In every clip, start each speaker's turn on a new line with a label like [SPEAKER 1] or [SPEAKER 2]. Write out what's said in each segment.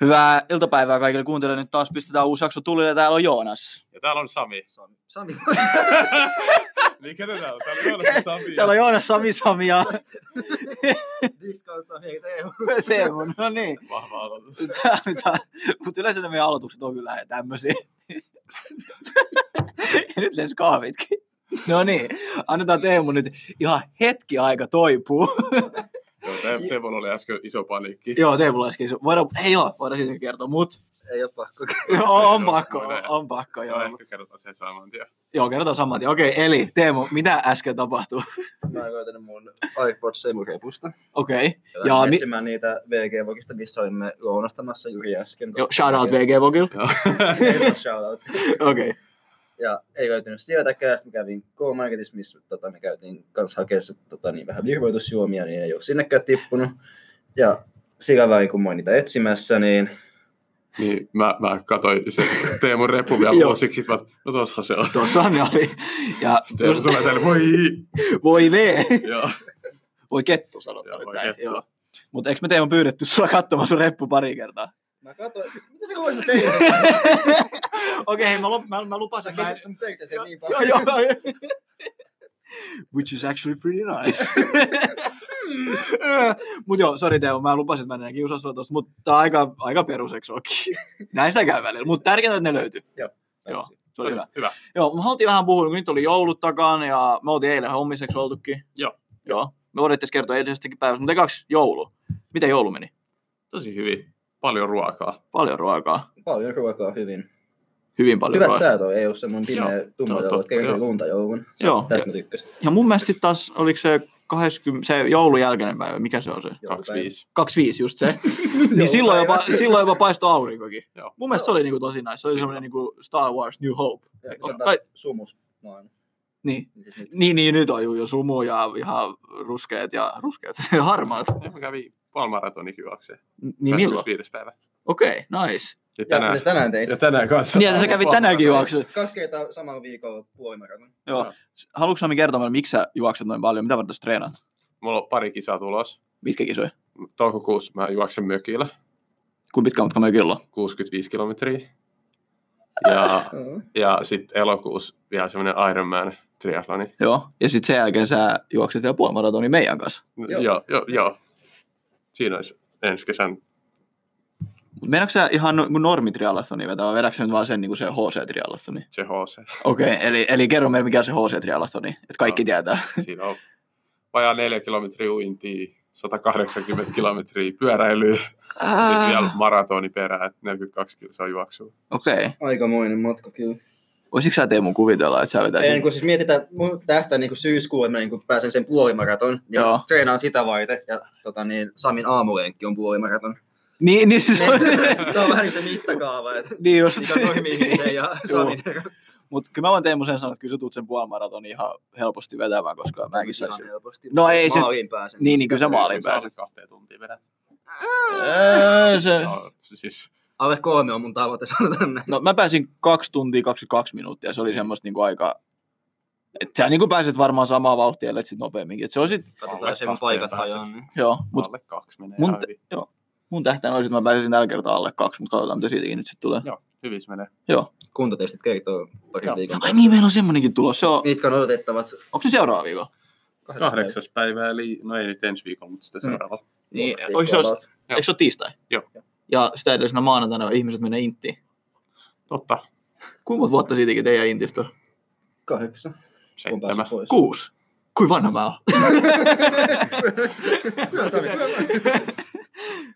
[SPEAKER 1] Hyvää iltapäivää kaikille kuuntelijoille. Nyt taas pistetään uusi jakso tulille. Täällä on Joonas.
[SPEAKER 2] Ja täällä on Sami.
[SPEAKER 3] Sami. Sami.
[SPEAKER 2] Niin kenen täällä? Täällä on Joonas ja Sami.
[SPEAKER 1] Täällä on Joonas Sami Sami ja
[SPEAKER 3] Discount Sami, ei tee.
[SPEAKER 1] Teemu. No niin.
[SPEAKER 2] Vahva aloitus.
[SPEAKER 1] Mutta yleensä ne meidän aloitukset on kyllä tämmöisiä. ja nyt lensi kahvitkin. No niin, annetaan Teemu nyt ihan hetki aika toipuu.
[SPEAKER 2] Joo, te- Teemolla oli äsken iso paniikki.
[SPEAKER 1] joo, Teemu laski. sun- Voidaan, ei joo, voidaan siitä kertoa, mut
[SPEAKER 3] Ei oo pakko.
[SPEAKER 1] on, on
[SPEAKER 2] Joo,
[SPEAKER 1] pakko,
[SPEAKER 2] voidaan.
[SPEAKER 1] on pakko,
[SPEAKER 2] Joo,
[SPEAKER 1] joo.
[SPEAKER 2] ehkä kerrotaan sen saman tien.
[SPEAKER 1] Joo, kerrotaan saman tien. Okei, eli Teemu, mitä äsken tapahtui?
[SPEAKER 3] Mä oon löytänyt mun iPod Semu-repusta.
[SPEAKER 1] Okei,
[SPEAKER 3] Ja
[SPEAKER 1] Jaa,
[SPEAKER 3] lähdin
[SPEAKER 1] mi-
[SPEAKER 3] etsimään niitä VG-vokista, missä olimme lounastamassa juuri äsken.
[SPEAKER 1] joo, shout out VG Vogil.
[SPEAKER 3] VG. Shoutout.
[SPEAKER 1] Okei,
[SPEAKER 3] Ja ei löytynyt sieltäkään. Sitten mä kävin K-Marketissa, missä tota, me käytiin kanssa hakeessa tota, niin vähän virvoitusjuomia, niin ei ole sinnekään tippunut. Ja sillä välin, kun mä olin niitä etsimässä, niin
[SPEAKER 2] Niin, mä, mä katsoin se Teemun reppu vielä
[SPEAKER 1] Joo.
[SPEAKER 2] vuosiksi, sit mä, oot, no tossa se on.
[SPEAKER 1] tossahan ne oli. Ja
[SPEAKER 2] Teemu tulee siellä, voi!
[SPEAKER 1] voi vee.
[SPEAKER 2] Joo.
[SPEAKER 1] Voi kettu
[SPEAKER 2] Joo,
[SPEAKER 1] sanotaan.
[SPEAKER 2] voi
[SPEAKER 1] Joo,
[SPEAKER 2] kettu.
[SPEAKER 1] joo. Mutta eikö me Teemu pyydetty sua katsomaan sun reppu pari kertaa?
[SPEAKER 3] Mä katsoin, mitä se kuulisi teille?
[SPEAKER 1] Okei, hei, mä, lup- mä, mä lupasin,
[SPEAKER 3] Mä en sun töiksä sen niin
[SPEAKER 1] Joo,
[SPEAKER 3] paljon.
[SPEAKER 1] joo, Which is actually pretty nice. mut joo, sori Teemu, mä lupasin, että mä en enää kiusaa sua tosta, mutta tää on aika, aika peruseksoakin. Näin sitä käy välillä, mutta tärkeintä, että ne löytyy. Joo. Se oli No hyvä.
[SPEAKER 2] Hyvä.
[SPEAKER 1] Joo, me oltiin vähän puhunut, kun nyt oli joulut takana ja me oltiin eilen hommiseksi oltukin.
[SPEAKER 2] Joo.
[SPEAKER 1] Joo. Me voidaan kertoa edellisestäkin päivästä, mutta ekaksi joulu. Miten joulu meni?
[SPEAKER 2] Tosi hyvin. Paljon ruokaa.
[SPEAKER 1] Paljon ruokaa.
[SPEAKER 3] Paljon ruokaa hyvin.
[SPEAKER 1] Hyvin paljon
[SPEAKER 3] Hyvät
[SPEAKER 1] ruokaa.
[SPEAKER 3] säät oli, ei ole semmoinen pimeä tumma
[SPEAKER 2] totta,
[SPEAKER 3] joulu, että kertoo
[SPEAKER 2] joo.
[SPEAKER 3] lunta joulun.
[SPEAKER 1] Joo.
[SPEAKER 3] Tästä mä tykkäsin.
[SPEAKER 1] Ja mun mielestä sit taas, oliko se 20, se joulun jälkeinen päivä, mikä se on se?
[SPEAKER 3] Joulupäivä.
[SPEAKER 2] 25.
[SPEAKER 1] 25 just se. niin
[SPEAKER 3] Joulupäivä.
[SPEAKER 1] silloin jopa, silloin jopa paistoi aurinkokin.
[SPEAKER 2] Joo.
[SPEAKER 1] Mun mielestä se oli niinku tosi nice. Se oli
[SPEAKER 2] Silloin.
[SPEAKER 1] semmoinen niinku Star Wars New Hope.
[SPEAKER 3] Ja
[SPEAKER 1] Ei,
[SPEAKER 3] se on
[SPEAKER 1] o-
[SPEAKER 3] taas
[SPEAKER 1] ai.
[SPEAKER 3] Sumus. noin.
[SPEAKER 1] Niin.
[SPEAKER 3] Niin siis nyt.
[SPEAKER 1] Niin, niin nyt on ju- jo sumu ja ihan ruskeat ja ruskeat, harmaat.
[SPEAKER 2] Ja mä kävin puolimaratonin juokseen.
[SPEAKER 1] Niin milloin?
[SPEAKER 2] 25. päivä.
[SPEAKER 1] Okei, nice.
[SPEAKER 2] Ja
[SPEAKER 3] Ja
[SPEAKER 2] tänään.
[SPEAKER 3] mitä sä tänään teit?
[SPEAKER 2] Ja tänään kanssa.
[SPEAKER 1] Niin, että sä kävit tänäänkin juoksu.
[SPEAKER 3] Kaksi kertaa samalla viikolla puolimaraton.
[SPEAKER 1] Joo. Haluatko Sami kertoa meille, miksi sä juokset noin paljon? Mitä varten sä treenaat?
[SPEAKER 2] Mulla on pari kisaa tulos.
[SPEAKER 1] Mitkä kisoja?
[SPEAKER 2] Toukokuussa mä juoksen mökillä.
[SPEAKER 1] Kuinka pitkä matka mökillä on?
[SPEAKER 2] 65 kilometriä. Ja, ja sitten elokuussa vielä semmoinen Ironman triathloni.
[SPEAKER 1] Joo. Ja sitten sen jälkeen sä juokset vielä puolimaratonin meidän kanssa.
[SPEAKER 2] Joo.
[SPEAKER 3] Joo.
[SPEAKER 2] Joo, joo, joo. Siinä olisi ensi kesän.
[SPEAKER 1] Mutta meinaatko sä ihan no, normitrialathonia vetää vai vedätkö sä nyt vaan sen, niin se HC-trialathoni?
[SPEAKER 2] se HC.
[SPEAKER 1] Okei, okay, eli, eli kerro meille mikä on se HC-trialathoni, että kaikki
[SPEAKER 2] Joo.
[SPEAKER 1] tietää.
[SPEAKER 2] Siinä on vajaa neljä kilometriä uintia, 180 kilometriä pyöräilyä, sitten vielä maratoni perään, että 42 kilsaa juoksua.
[SPEAKER 1] Okei. Okay.
[SPEAKER 3] Aikamoinen matka kyllä.
[SPEAKER 1] Voisitko sä Teemu kuvitella, että sä vetät? niin-
[SPEAKER 3] Ei, kun siis mietitään, mun tähtää niin syyskuun, että mä niin pääsen sen puolimaraton. Ja
[SPEAKER 1] Joo.
[SPEAKER 3] Joo. treenaan sitä varten. Ja tota, niin, Samin aamulenkki on puolimaraton.
[SPEAKER 1] Niin, niin, se on,
[SPEAKER 3] Tämä on vähän niin se mittakaava, että
[SPEAKER 1] niin just.
[SPEAKER 3] mikä toimii ihmisen ja Samin ero.
[SPEAKER 1] Mutta kyllä mä voin Teemu sen sanoa, että kyllä sä tuut sen puolimaratonin ihan helposti vetämään, koska mäkin
[SPEAKER 3] Ihan
[SPEAKER 1] saisin.
[SPEAKER 3] helposti.
[SPEAKER 1] No ei se-
[SPEAKER 3] Maaliin pääsen.
[SPEAKER 1] Niin, niin kyllä sä maaliin
[SPEAKER 2] Kyllä sä
[SPEAKER 1] pääset.
[SPEAKER 2] alle kahteen tuntiin vedät.
[SPEAKER 1] Ää, se-
[SPEAKER 2] No, siis
[SPEAKER 3] Alle kolme on mun tavoite, sanotaan näin.
[SPEAKER 1] No mä pääsin 2 tuntia 22 minuuttia, se oli semmoista niinku aika... Että sä niinku pääset varmaan samaa vauhtia, ellei sit nopeamminkin. Et se on sit,
[SPEAKER 3] Katsotaan,
[SPEAKER 2] Alle
[SPEAKER 3] jos ei mun
[SPEAKER 2] kahteen
[SPEAKER 3] paikat
[SPEAKER 2] pääset.
[SPEAKER 3] hajoa. Niin.
[SPEAKER 1] joo, mut
[SPEAKER 2] alle kaksi menee
[SPEAKER 1] mun
[SPEAKER 2] ihan
[SPEAKER 1] te-
[SPEAKER 2] hyvin.
[SPEAKER 1] mun tähtäin olisi, että mä pääsisin tällä kertaa alle kaksi, mutta katsotaan mitä siitäkin nyt sitten tulee.
[SPEAKER 2] Joo, hyvin se menee.
[SPEAKER 3] Kuntotestit kertoo
[SPEAKER 2] Joo.
[SPEAKER 3] pari viikon.
[SPEAKER 1] Ai niin, meillä on semmonenkin tulos. Se on,
[SPEAKER 3] Mitkä on odotettavat?
[SPEAKER 1] onko se seuraava viikolla?
[SPEAKER 2] Kahdeksas päivä, eli no ei nyt ensi viikolla, mutta sitten
[SPEAKER 3] Mm.
[SPEAKER 2] seuraava.
[SPEAKER 1] Niin,
[SPEAKER 3] Kaksi
[SPEAKER 1] onko se,
[SPEAKER 3] viikkoa taas.
[SPEAKER 1] eikö se ole tiistai?
[SPEAKER 2] Joo.
[SPEAKER 1] Ja sitä edellisenä maanantaina ihmiset menee Inttiin.
[SPEAKER 2] Totta,
[SPEAKER 1] Kuinka monta vuotta siitäkin teidän Intistä on?
[SPEAKER 3] Kahdeksan. Kun
[SPEAKER 2] seitsemän.
[SPEAKER 3] pääsin pois.
[SPEAKER 1] Kuusi. Kuinka vanha mä oon?
[SPEAKER 3] Se on Sami.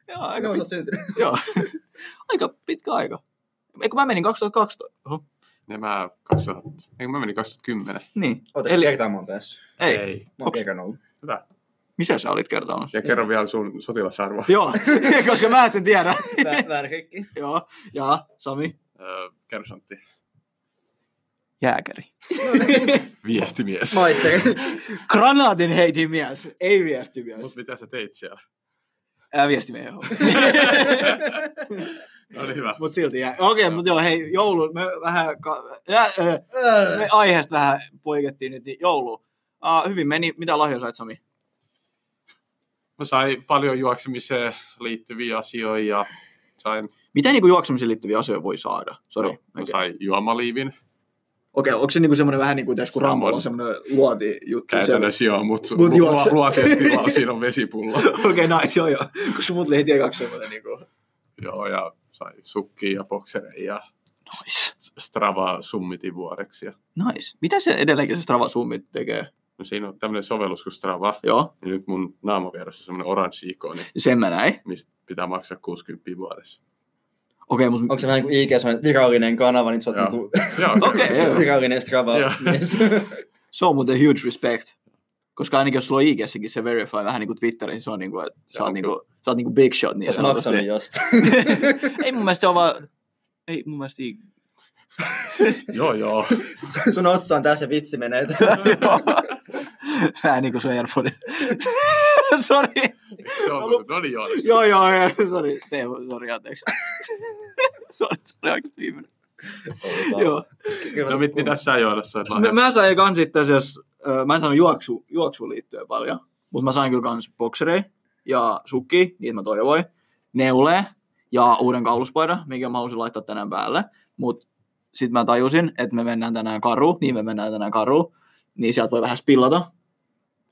[SPEAKER 1] Joo, aika,
[SPEAKER 3] No,
[SPEAKER 1] pit,
[SPEAKER 3] oot syntynyt.
[SPEAKER 1] joo. aika pitkä aika. Eikö mä menin 2012? Oho.
[SPEAKER 2] Ja mä, 2000, eikö mä menin 2010.
[SPEAKER 1] Niin.
[SPEAKER 3] Ootas
[SPEAKER 1] Eli,
[SPEAKER 3] kertaa mä oon päässyt.
[SPEAKER 1] ei.
[SPEAKER 3] Mä oon
[SPEAKER 1] Onks-
[SPEAKER 3] kerran ollut.
[SPEAKER 2] Hyvä.
[SPEAKER 1] Missä sä olit kertaamassa?
[SPEAKER 2] Ja kerro vielä sun sotilasarvo.
[SPEAKER 1] Joo, koska mä sen tiedän.
[SPEAKER 3] Vä- Vähän rikki.
[SPEAKER 1] Joo, ja Sami.
[SPEAKER 2] Öö, Kersantti.
[SPEAKER 1] Jääkäri.
[SPEAKER 2] Viestimies.
[SPEAKER 3] Maisteri.
[SPEAKER 1] Granaatin heitin mies, ei viestimies.
[SPEAKER 2] Mut mitä sä teit siellä?
[SPEAKER 1] Ää, viestimies joo.
[SPEAKER 2] No oli hyvä.
[SPEAKER 1] Mut silti jää. Okei, okay, mutta joo, hei, joulu, me vähän, ka- ja, ö, me aiheesta vähän poikettiin nyt, niin joulu. Uh, hyvin meni, mitä lahjoja sait Sami?
[SPEAKER 2] Mä sain paljon juoksemiseen liittyviä asioita ja Sain,
[SPEAKER 1] Mitä niinku juoksemiseen liittyviä asioita voi saada? Sori.
[SPEAKER 2] no, mä sain juomaliivin.
[SPEAKER 1] Okei, onko se niinku semmoinen vähän niin kuin tiiäks, kun
[SPEAKER 2] Samoin.
[SPEAKER 1] Rambolla on semmoinen luoti juttu?
[SPEAKER 2] Käytännössä joo, mutta
[SPEAKER 1] Mut
[SPEAKER 2] mut
[SPEAKER 1] juokse-
[SPEAKER 2] luotien tilaa, siinä on vesipullo.
[SPEAKER 1] Okei, okay, nice, joo joo. Kun smutli heti ekaksi semmoinen niinku...
[SPEAKER 2] joo, ja sai sukkia ja boksereja ja
[SPEAKER 1] Nice.
[SPEAKER 2] Stravaa summitin vuodeksi. Ja,
[SPEAKER 1] Nice. Mitä se edelleenkin se Strava Summit tekee?
[SPEAKER 2] no, siinä on tämmöinen sovellus kuin Strava,
[SPEAKER 1] Joo,
[SPEAKER 2] ja nyt mun naama vieressä on semmoinen oranssi ikoni,
[SPEAKER 1] sen mä näin.
[SPEAKER 2] mistä pitää maksaa 60 vuodessa.
[SPEAKER 1] Okei, mutta...
[SPEAKER 3] Onko se vähän niinku kuin IG, semmoinen virallinen kanava, niin sä oot
[SPEAKER 2] Joo.
[SPEAKER 3] niinku
[SPEAKER 2] Joo,
[SPEAKER 1] Okei,
[SPEAKER 2] kyllä.
[SPEAKER 1] joo.
[SPEAKER 3] virallinen Strava.
[SPEAKER 2] Joo.
[SPEAKER 3] mies.
[SPEAKER 1] Se on muuten huge respect. Koska ainakin jos sulla on IGssäkin se verify vähän niin kuin Twitterissä, se on niin kuin, että sä oot,
[SPEAKER 2] on
[SPEAKER 1] niin kuin, sä oot niin kuin big shot niin
[SPEAKER 3] Sä oot maksanut jostain.
[SPEAKER 1] Ei mun mielestä se on vaan... Ei mun mielestä IG.
[SPEAKER 2] joo, joo.
[SPEAKER 3] Sun otsa on tässä vitsi menee.
[SPEAKER 1] Joo. Vähän niin kuin sun Airpodit. Sori.
[SPEAKER 2] Se on,
[SPEAKER 1] Halu-
[SPEAKER 2] no niin, joo.
[SPEAKER 1] Joo, joo, joo. Sori, Teemu, sori, anteeksi. Sori, se oli oikeasti viimeinen. Joo.
[SPEAKER 3] Kyllä niinku-
[SPEAKER 2] No mit, mitä sä Joonas sait
[SPEAKER 1] No,
[SPEAKER 2] lahjaa?
[SPEAKER 1] mä sain kans itse asiassa, ö, mä en saanut juoksu, juoksuun liittyen paljon, mutta mä sain kyllä kans boksereja ja sukki, niitä mä toivoin, neule ja uuden kauluspaidan, minkä mä halusin laittaa tänään päälle, mutta sitten mä tajusin, että me mennään tänään karuun, niin me mennään tänään karuun, niin sieltä voi vähän spillata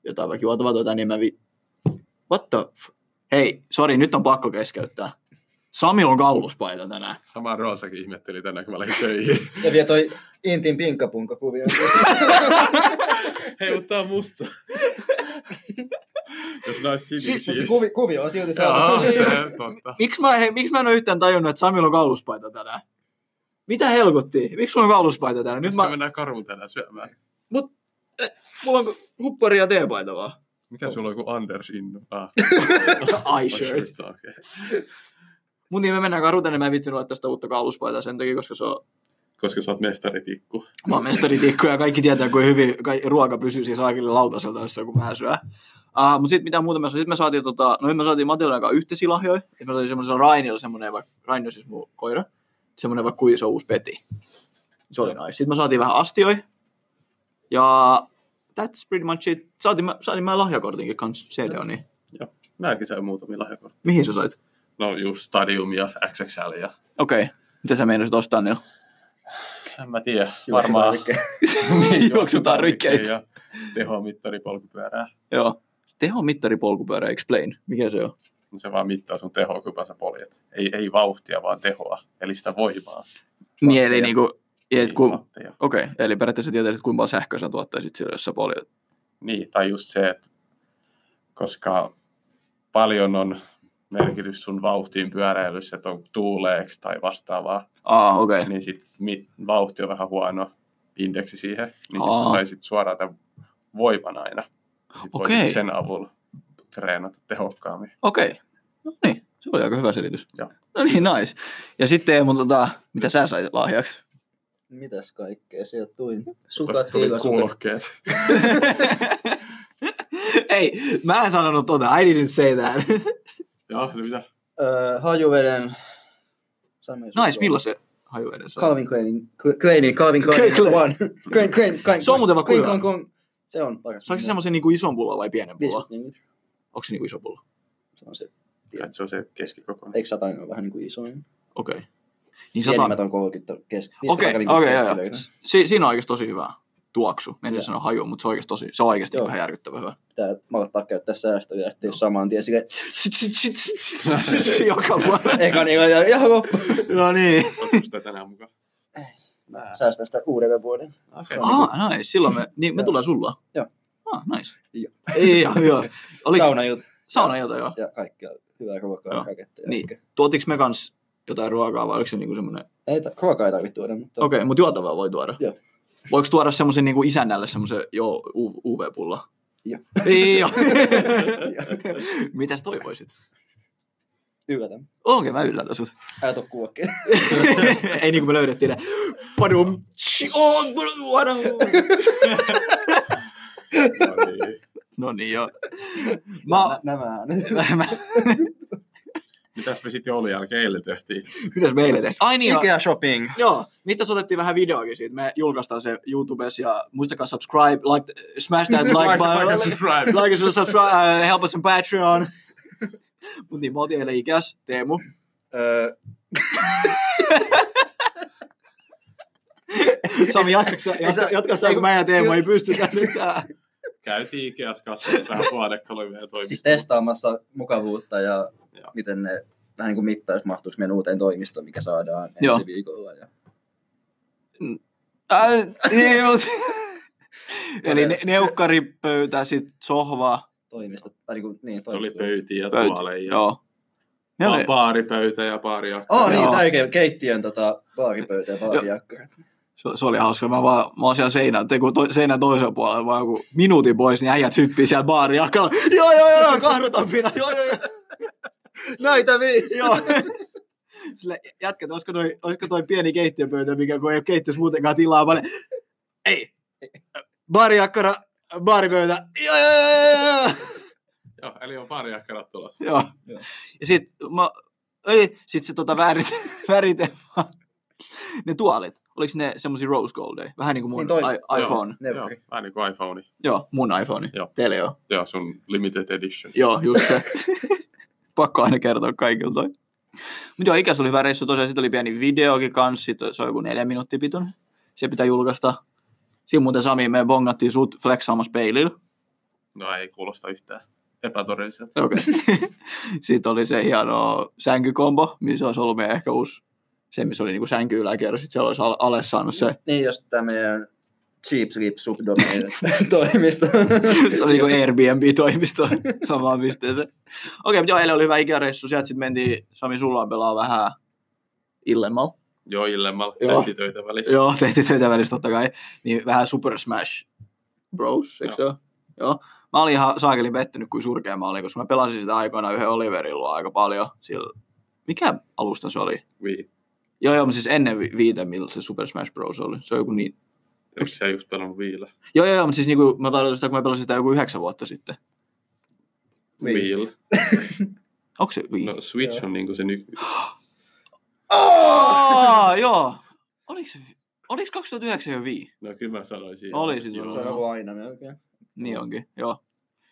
[SPEAKER 1] jotain vaikka juotavaa tai jotain, niin mä vi... What the f... Hei, sori, nyt on pakko keskeyttää. Sami on kauluspaita tänään.
[SPEAKER 2] Sama Roosakin ihmetteli tänään, kun mä lähdin töihin.
[SPEAKER 3] Ja vielä toi Intin pinkkapunkakuvio.
[SPEAKER 2] Hei, mutta tää on musta. Jos nää olisi
[SPEAKER 1] Siis,
[SPEAKER 2] sinisiä.
[SPEAKER 3] Mutta se kuvi, kuvio on silti
[SPEAKER 2] Jaa,
[SPEAKER 3] saatu.
[SPEAKER 2] se, totta.
[SPEAKER 1] Miksi mä, hei, miksi mä en ole yhtään tajunnut, että Samilla on kauluspaita tänään? Mitä helkutti? Miksi sulla on kauluspaita tänään? Nyt
[SPEAKER 2] Nyt mä...
[SPEAKER 1] mä,
[SPEAKER 2] mennään karvun tänään syömään.
[SPEAKER 1] mulla on huppari ja teepaita vaan.
[SPEAKER 2] Mikä sulla on joku Anders Inno? Ah,
[SPEAKER 1] Eye shirt.
[SPEAKER 2] Okay.
[SPEAKER 1] Mun niin me mennään karuuteen, niin mä en vittynyt laittaa sitä uutta kauluspaitaa sen takia, koska se on
[SPEAKER 2] Koska sä oot mestaritikku.
[SPEAKER 1] Mä oon mestaritikku ja kaikki tietää, kuin hyvin kai, ruoka pysyy siis aikille lautaselta, jos se joku vähän syö. Uh, mutta sitten mitä muuta mä Sitten me saatiin, tota, no nyt me saatiin Matilda kanssa yhteisiä lahjoja. Sitten me saatiin semmoisen Rainilla semmoinen, vaikka Raini on siis mun koira. Semmoinen vaikka kuin iso uusi peti. Se oli nice. Sitten me saatiin vähän astioja. Ja that's pretty much it. Saatiin mä, saatiin mä lahjakortinkin kanssa Celioniin.
[SPEAKER 2] Mäkin sain muutamia lahjakortteja.
[SPEAKER 1] Mihin sä sait?
[SPEAKER 2] No just Stadium ja XXL ja...
[SPEAKER 1] Okei. Okay. Mitä sä meinasit ostaa niillä?
[SPEAKER 2] En mä tiedä. Varmaan
[SPEAKER 1] Juoksutarvikkeet.
[SPEAKER 2] juoksutarvikkeet Ja tehomittari polkupyörää.
[SPEAKER 1] Joo. Teho mittari polkupyörä, explain. Mikä se on?
[SPEAKER 2] No Se vaan mittaa sun tehoa, kuinka paljon sä poljet. Ei, ei vauhtia, vaan tehoa. Eli sitä voimaa.
[SPEAKER 1] Niin, eli niinku, et kun,
[SPEAKER 2] Matteja.
[SPEAKER 1] Okei, okay, eli periaatteessa tietäisit, kuinka paljon sähköä sä tuottaisit sillä, jos sä poljet.
[SPEAKER 2] Niin, tai just se, että koska paljon on merkitys sun vauhtiin pyöräilyssä, että on tuuleeksi tai vastaavaa,
[SPEAKER 1] Aa, okei. Okay.
[SPEAKER 2] niin sit mi- vauhti on vähän huono indeksi siihen, niin sit
[SPEAKER 1] Aa.
[SPEAKER 2] sä saisit suoraan tämän voiman aina. Sit
[SPEAKER 1] Okei.
[SPEAKER 2] voisit sen avulla treenata tehokkaammin.
[SPEAKER 1] Okei. Okay. No niin, se oli aika hyvä selitys.
[SPEAKER 2] Joo.
[SPEAKER 1] No niin, nice. Ja sitten mun tota, mitä sä sait lahjaksi?
[SPEAKER 3] Mitäs kaikkea sieltä tuli?
[SPEAKER 2] Tuosta
[SPEAKER 3] Sukat,
[SPEAKER 2] tuli
[SPEAKER 3] hiilasukat.
[SPEAKER 2] kuulokkeet.
[SPEAKER 1] Ei, mä en sanonut tota, I didn't say that.
[SPEAKER 2] Joo, no mitä?
[SPEAKER 3] Öö, hajuveden. Samoin sukat.
[SPEAKER 1] nice, milloin se haju edes on?
[SPEAKER 3] Calvin Kleinin, Kleinin, Calvin Kleinin,
[SPEAKER 1] Klein.
[SPEAKER 3] one. Klein, Klein, Klein.
[SPEAKER 1] Se on muuten vaan
[SPEAKER 3] Klein,
[SPEAKER 1] kuiva.
[SPEAKER 3] Klein, Klein. Se on paras.
[SPEAKER 1] Saatko se semmoisen niinku ison pullon vai pienen pullon?
[SPEAKER 3] 50 millimetriä.
[SPEAKER 1] Onko se niinku iso pullo?
[SPEAKER 3] Se on se.
[SPEAKER 2] Kai Se on se keskikokoinen.
[SPEAKER 3] Eikö satainen ole vähän niin kuin isoin?
[SPEAKER 1] Okei. Niin
[SPEAKER 3] Sata...
[SPEAKER 1] sata...
[SPEAKER 3] Pienimmät on 30 keski.
[SPEAKER 1] Okei, okei, joo, joo. Si- siinä on oikeasti tosi hyvä tuoksu. Mä en
[SPEAKER 3] Joo.
[SPEAKER 1] tiedä sanoa haju, mutta se on oikeasti tosi, se on oikeasti
[SPEAKER 3] Joo.
[SPEAKER 1] ihan järkyttävän hyvä.
[SPEAKER 3] Pitää malttaa käyttää säästöjä ja sitten jos saman tien sille.
[SPEAKER 1] Joka vuonna.
[SPEAKER 3] Eikä niin ole ihan- ihan loppu.
[SPEAKER 1] No niin.
[SPEAKER 2] Oletko sitä tänään mukaan?
[SPEAKER 3] Säästän sitä uudelle vuoden.
[SPEAKER 2] Okei.
[SPEAKER 1] Ah, nice. Silloin me, niin me
[SPEAKER 3] Joo.
[SPEAKER 1] tulee sulla.
[SPEAKER 3] Joo.
[SPEAKER 1] Ah, nice.
[SPEAKER 3] Joo.
[SPEAKER 1] Ei, joo, joo. Oli sauna,
[SPEAKER 3] Saunajut
[SPEAKER 1] sauna jotain, joo.
[SPEAKER 3] ja kaikkea hyvää ruokaa
[SPEAKER 1] Joo.
[SPEAKER 3] ja raketteja.
[SPEAKER 1] Niin. Tuotiks me kans jotain ruokaa vai oliko se niinku semmonen...
[SPEAKER 3] Ei, ta- ruokaa ei tarvitse tuoda, mutta
[SPEAKER 1] Okei, okay, mut juotavaa voi tuoda.
[SPEAKER 3] Joo.
[SPEAKER 1] Voiko tuoda semmosen niinku isännälle semmosen joo, U- UV-pulla?
[SPEAKER 3] Joo.
[SPEAKER 1] Ei, joo. Mitäs toivoisit?
[SPEAKER 3] yritän.
[SPEAKER 1] Onko mä yllätän sut?
[SPEAKER 3] Älä tuu kuokkiin.
[SPEAKER 1] Ei niinku me löydettiin ne. Padum. tsi, oh, padum.
[SPEAKER 2] No niin.
[SPEAKER 1] No niin, joo. Mä,
[SPEAKER 3] Nä- Nämä on nyt.
[SPEAKER 1] mä,
[SPEAKER 2] Mitäs me sitten joulun jälkeen eilen tehtiin?
[SPEAKER 1] mitäs meille tehtiin? Ai niin, joo.
[SPEAKER 3] Ikea Shopping.
[SPEAKER 1] Joo, nyt tässä otettiin vähän videoakin siitä. Me julkaistaan se YouTubessa ja muistakaa subscribe, like, smash that like
[SPEAKER 2] like and
[SPEAKER 1] button.
[SPEAKER 2] subscribe.
[SPEAKER 1] like and subscribe, uh, help us on Patreon. Mut niin, mä otin eilen ikäs, Teemu.
[SPEAKER 3] Öö,
[SPEAKER 1] Sami, jaksaksa, jatka,
[SPEAKER 3] sä-
[SPEAKER 1] jatka sä,
[SPEAKER 3] ei
[SPEAKER 1] kun
[SPEAKER 3] kun-
[SPEAKER 1] mä ja Teemu
[SPEAKER 3] kyllä-
[SPEAKER 1] ei pystytä nyt tähän.
[SPEAKER 2] Käytiin Ikeassa katsomassa vähän huonekaluja ja toimistoa.
[SPEAKER 3] siis testaamassa mukavuutta ja
[SPEAKER 2] Joo.
[SPEAKER 3] miten ne vähän niin kuin mittaus mahtuuko meidän uuteen toimistoon, mikä saadaan ensi
[SPEAKER 1] Joo.
[SPEAKER 3] viikolla. Ja...
[SPEAKER 1] Äh, niin, mut- Eli ne, neukkaripöytä, sit sohva.
[SPEAKER 3] Toimisto, tai niin, kuin, niin
[SPEAKER 2] Sitten oli
[SPEAKER 3] toimisto.
[SPEAKER 2] pöytiä ja
[SPEAKER 1] Pöytä,
[SPEAKER 2] tuoleja.
[SPEAKER 1] Joo. Ne oli,
[SPEAKER 2] Vaan baaripöytä ja baariakka.
[SPEAKER 3] Oh, niin,
[SPEAKER 1] Joo.
[SPEAKER 3] tärkeä keittiön tota, baaripöytä ja baarijakkara.
[SPEAKER 1] se, se oli hauska. Mä, vaan, mä oon siellä seinän, te- kun to, seinän toisella puolella vaan joku minuutin pois, niin äijät hyppii siellä baarin jakalla. Joo, joo, joo, kahdotan pina. Joo, joo, joo.
[SPEAKER 3] Näitä viisi!
[SPEAKER 1] joo. Sille jätkät, olisiko, noi, olisiko toi pieni keittiöpöytä, mikä kun ei ole keittiössä muutenkaan tilaa, vaan ne- ei. Baarijakkara, baaripöytä. Joo, joo, joo, joo, joo.
[SPEAKER 2] Joo, eli on baariakkarat tulossa.
[SPEAKER 1] Joo.
[SPEAKER 3] Joo.
[SPEAKER 1] Ja sit, mä, ei, sit se tota väärit, väritema, ne tuolit, oliks ne semmosia rose goldeja? Vähän niinku mun
[SPEAKER 3] Niin toi-
[SPEAKER 1] I, iPhone. Joo.
[SPEAKER 2] Joo,
[SPEAKER 3] Neukari.
[SPEAKER 2] vähän niin kuin iPhone.
[SPEAKER 1] joo, mun iPhone.
[SPEAKER 2] Joo.
[SPEAKER 1] Teille joo.
[SPEAKER 2] Joo, sun limited edition.
[SPEAKER 1] Joo, just se. Pakko aina kertoa kaikille toi. Mut joo, ikäs oli hyvä reissu. Tosiaan sit oli pieni videokin kanssa. Sit se on joku neljä minuuttia pitun. Se pitää julkaista. Siinä muuten Sami, me bongattiin sut flexaamassa peilillä.
[SPEAKER 2] No ei kuulosta yhtään epätodelliselta.
[SPEAKER 1] Okei. Sitten oli se hieno sänkykombo, missä olisi ollut meidän ehkä uusi, se missä oli niinku sänky yläkerros, sitten siellä olisi al- alle saanut se,
[SPEAKER 3] Niin, jos tämä meidän Cheap Sleep Subdomain toimisto. Niin,
[SPEAKER 1] se oli niinku Airbnb-toimisto samaan pisteeseen. Okei, mutta joo, eilen oli hyvä ikäreissu, sieltä sitten mentiin Sami Sulla pelaa vähän illemalla.
[SPEAKER 2] Joo, illemmalla
[SPEAKER 1] Joo.
[SPEAKER 2] töitä välissä.
[SPEAKER 1] Joo, tehtiin töitä välissä totta kai, niin vähän Super Smash Bros, eikö se ole? Joo. Mä olin ihan saakelin pettynyt, kuin surkea mä olin, koska mä pelasin sitä aikoina yhden Oliverin luo aika paljon. Sillä... Mikä alusta se oli?
[SPEAKER 2] Wii.
[SPEAKER 1] Joo, joo, mutta siis ennen vi- viitä, milloin se Super Smash Bros. oli. Se on joku niin...
[SPEAKER 2] Eikö sä just pelannut Wiillä?
[SPEAKER 1] Joo, joo, joo, mutta siis niinku, mä tarkoitan sitä, kun mä pelasin sitä joku yhdeksän vuotta sitten.
[SPEAKER 3] Wii.
[SPEAKER 2] Wiillä.
[SPEAKER 1] Onko se Wii? No.
[SPEAKER 2] No Switch on niinku se nyky...
[SPEAKER 1] Oh, joo! Oliko se... Oliko 2009 jo Wii?
[SPEAKER 2] No kyllä mä sanoisin.
[SPEAKER 1] Oli siis
[SPEAKER 2] Joo.
[SPEAKER 3] Se on ollut aina melkein.
[SPEAKER 1] Niin onkin, joo.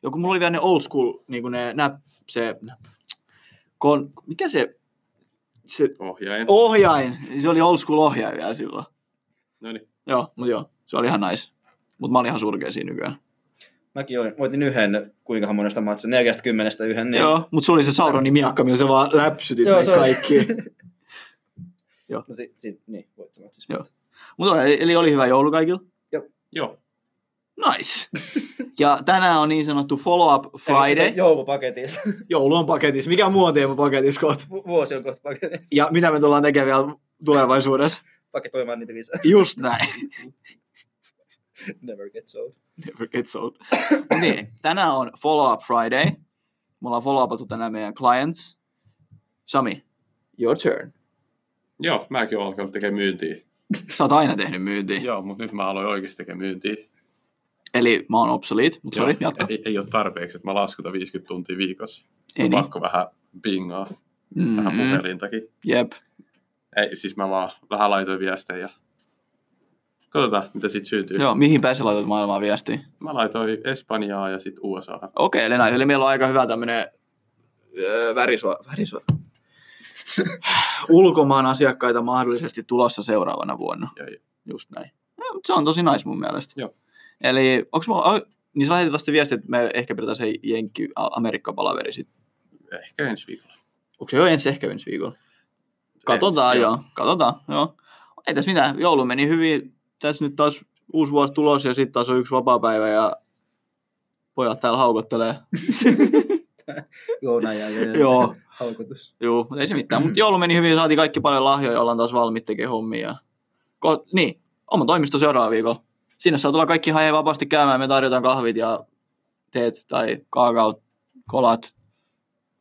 [SPEAKER 1] Joku mulla oli vielä ne old school, niinku ne nä... se... Kon... Mikä se... Se
[SPEAKER 2] Ohjain.
[SPEAKER 1] ohjain, se oli old school ohjain vielä silloin.
[SPEAKER 2] No niin.
[SPEAKER 1] Joo, mutta joo, se oli ihan nice. Mutta mä olin ihan surkea siinä nykyään.
[SPEAKER 3] Mäkin olin, voitin yhden, kuinka monesta matsa, 40 yhden.
[SPEAKER 1] Niin.
[SPEAKER 3] Niin
[SPEAKER 1] Joo, mutta se oli se Sauronin miakka, millä se vaan läpsytit
[SPEAKER 3] Joo,
[SPEAKER 1] meitä
[SPEAKER 3] se oli se.
[SPEAKER 1] kaikki.
[SPEAKER 3] No sit, sit, niin, voittamat siis.
[SPEAKER 1] Joo. Mutta eli, eli oli hyvä joulu kaikilla.
[SPEAKER 2] Joo.
[SPEAKER 1] Nice. ja tänään on niin sanottu follow-up
[SPEAKER 3] Eli
[SPEAKER 1] Friday.
[SPEAKER 3] kuten Joulupaketissa.
[SPEAKER 1] Joulu on paketissa. Mikä muu on Teemu paketissa kohta?
[SPEAKER 3] Vu- Vuosi on kohta paketissa.
[SPEAKER 1] Ja mitä me tullaan tekemään vielä tulevaisuudessa?
[SPEAKER 3] Paketoimaan niitä lisää.
[SPEAKER 1] Just näin.
[SPEAKER 3] Never gets old.
[SPEAKER 1] Never gets old. niin, tänään on follow-up Friday. Me ollaan follow-upattu tänään meidän clients. Sami, your turn.
[SPEAKER 2] Joo, mäkin oon alkanut tekemään myyntiä.
[SPEAKER 1] Sä oot aina tehnyt myyntiä.
[SPEAKER 2] Joo, mutta nyt mä aloin oikeasti tekemään myyntiä.
[SPEAKER 1] Eli mä oon obsolete, mutta sori,
[SPEAKER 2] Joo,
[SPEAKER 1] jatka.
[SPEAKER 2] Ei, ei ole tarpeeksi, että mä laskutan 50 tuntia viikossa.
[SPEAKER 1] Ei
[SPEAKER 2] Ei
[SPEAKER 1] niin.
[SPEAKER 2] Pakko vähän pingaa, vähän
[SPEAKER 1] Mm,
[SPEAKER 2] puhelintakin.
[SPEAKER 1] jep.
[SPEAKER 2] Ei, siis mä vaan vähän laitoin viestejä ja katsotaan, mitä siitä syntyy.
[SPEAKER 1] Joo, mihin päin sä laitat maailmaa viestiä?
[SPEAKER 2] Mä laitoin Espanjaa ja sitten USA.
[SPEAKER 1] Okei, okay, Elena, eli meillä on aika hyvä tämmöinen värisua, värisua. ulkomaan asiakkaita mahdollisesti tulossa seuraavana vuonna.
[SPEAKER 2] Joo, joo.
[SPEAKER 1] Just näin. No, mut se on tosi nice mun mielestä.
[SPEAKER 2] Joo.
[SPEAKER 1] Eli onks mulla, o- niin sä lähetit vasta viesti, että me ehkä pidetään se Jenkki A- Amerikka-palaveri sit.
[SPEAKER 2] Ehkä ensi viikolla.
[SPEAKER 1] Onko se jo ensi ehkä ensi viikolla? Katsotaan
[SPEAKER 2] Ensi-
[SPEAKER 1] joo. katsotaan joo. Ei tässä mitään, joulu meni hyvin. Tässä nyt taas uusi vuosi tulos ja sitten taas on yksi vapaapäivä ja pojat täällä haukottelee.
[SPEAKER 3] Joona ja
[SPEAKER 1] joo,
[SPEAKER 3] haukutus.
[SPEAKER 1] Joo, mut ei se mitään. Mutta joulu meni hyvin, saatiin kaikki paljon lahjoja, ollaan taas valmiit tekemään hommia. ja- Ko- niin, oma toimisto seuraava viikolla. Sinne saa tulla kaikki hae vapaasti käymään, me tarjotaan kahvit ja teet tai kaakaut, kolat,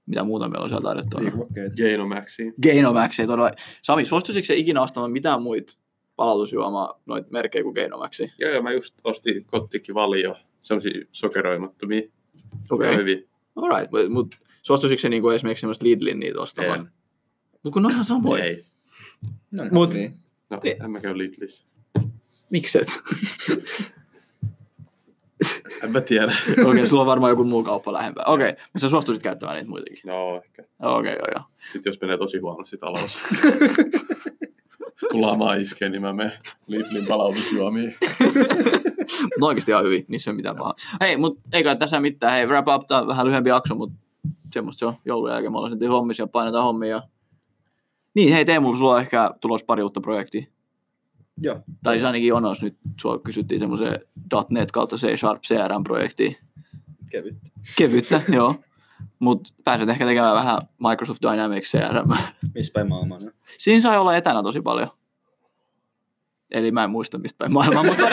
[SPEAKER 1] mitä muuta meillä on siellä tarjottavana.
[SPEAKER 3] Liikuokkeet.
[SPEAKER 2] Geinomaxiin.
[SPEAKER 1] Gainomax ei todella... Sami, suostuisitko se ikinä ostamaan mitään muita palautusjuomaa noita merkkejä kuin Gainomax? Okei.
[SPEAKER 2] Joo, joo, mä just ostin kottikin valio. Sellaisia sokeroimattomia.
[SPEAKER 1] Okay.
[SPEAKER 2] Joo, Hyvin.
[SPEAKER 1] Alright, mutta mut, suostuisitko se niinku esimerkiksi semmoista Lidlin niitä ostamaan? Mutta kun ne on ihan samoja.
[SPEAKER 2] Ei.
[SPEAKER 3] No, niin,
[SPEAKER 1] Mut-
[SPEAKER 3] niin.
[SPEAKER 2] No,
[SPEAKER 1] Ei.
[SPEAKER 2] en mä käy Lidlissä.
[SPEAKER 1] Mikset?
[SPEAKER 2] En mä tiedä.
[SPEAKER 1] Okei, sulla on varmaan joku muu kauppa lähempää. Okei, okay. sä suostuisit käyttämään niitä muitakin.
[SPEAKER 2] No ehkä.
[SPEAKER 1] Okei, okay, joo, joo.
[SPEAKER 2] Sitten jos menee tosi huonosti talous. Sitten kun lama iskee, niin mä menen Lidlin palautusjuomiin.
[SPEAKER 1] Mutta oikeasti ihan hyvin, niissä ei ole mitään pahaa. Hei, mut ei kai tässä mitään. Hei, wrap up, tää on vähän lyhyempi jakso, mut semmoista se on joulun jälkeen. Me ollaan sitten hommissa ja painetaan hommia. ja- Niin, hei Teemu, sulla on ehkä tulos pari uutta projektia.
[SPEAKER 3] Joo.
[SPEAKER 1] Tai se ainakin on, jos nyt sua kysyttiin semmoiseen .NET kautta C Sharp CRM-projektiin.
[SPEAKER 3] Kevyt.
[SPEAKER 1] Kevyttä, joo. Mutta pääset ehkä tekemään vähän Microsoft Dynamics CRM.
[SPEAKER 3] Missä päin maailmaa ne on?
[SPEAKER 1] Siinä sai olla etänä tosi paljon. Eli mä en muista mistä päin maailmaa, mutta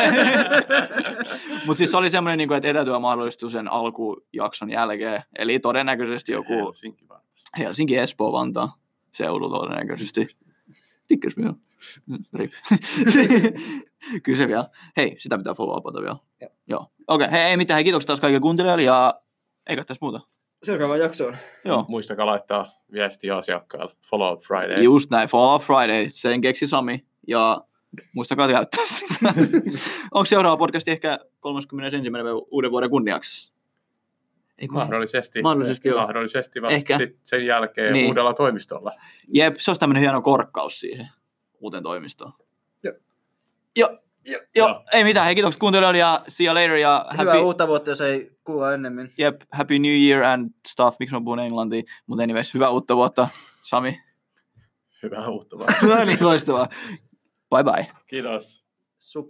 [SPEAKER 1] Mut siis se oli semmoinen, niinku, että etätyö mahdollistui sen alkujakson jälkeen. Eli todennäköisesti joku
[SPEAKER 2] Helsinki varmasti.
[SPEAKER 1] Helsinki, Espoo, Vantaa seudu todennäköisesti. Tikkäs minua. Mm, rip. Kyllä se vielä. Hei, sitä pitää follow vielä.
[SPEAKER 3] Joo.
[SPEAKER 1] Joo. Okei, hei, ei mitään. Hei, kiitoksia taas kaikille kuuntelijoille ja eikä tässä muuta.
[SPEAKER 3] Seuraavaan jaksoon.
[SPEAKER 1] Joo.
[SPEAKER 2] Muistakaa laittaa viestiä asiakkaille. Follow up Friday.
[SPEAKER 1] Just näin, Fall Out Friday, sen keksi Sami. Ja muistakaa käyttää sitä. Onko seuraava podcasti ehkä 31. päivä uuden vuoden kunniaksi? Ei kun-
[SPEAKER 2] Mahdollisesti.
[SPEAKER 1] Mahdollisesti, joo.
[SPEAKER 2] Mahdollisesti vasta
[SPEAKER 1] Ehkä.
[SPEAKER 2] sit sen jälkeen
[SPEAKER 1] Niin.
[SPEAKER 2] uudella toimistolla.
[SPEAKER 1] Jep, se olisi tämmöinen hieno korkkaus siihen uuteen toimistoon.
[SPEAKER 3] Joo.
[SPEAKER 1] Joo.
[SPEAKER 3] Joo.
[SPEAKER 1] Joo,
[SPEAKER 2] Joo.
[SPEAKER 1] ei mitään. Hei, kiitokset kuuntelijoille ja see you later ja
[SPEAKER 3] Hyvää
[SPEAKER 1] happy,
[SPEAKER 3] uutta vuotta, jos ei kuulla ennemmin.
[SPEAKER 1] jep, happy new year and stuff. Miksi mä puhun englantia? Mutta anyways, hyvää uutta vuotta, Sami.
[SPEAKER 2] Hyvää uutta vaan.
[SPEAKER 1] no niin, loistavaa. Bye bye.
[SPEAKER 2] Kiitos.
[SPEAKER 3] Sup.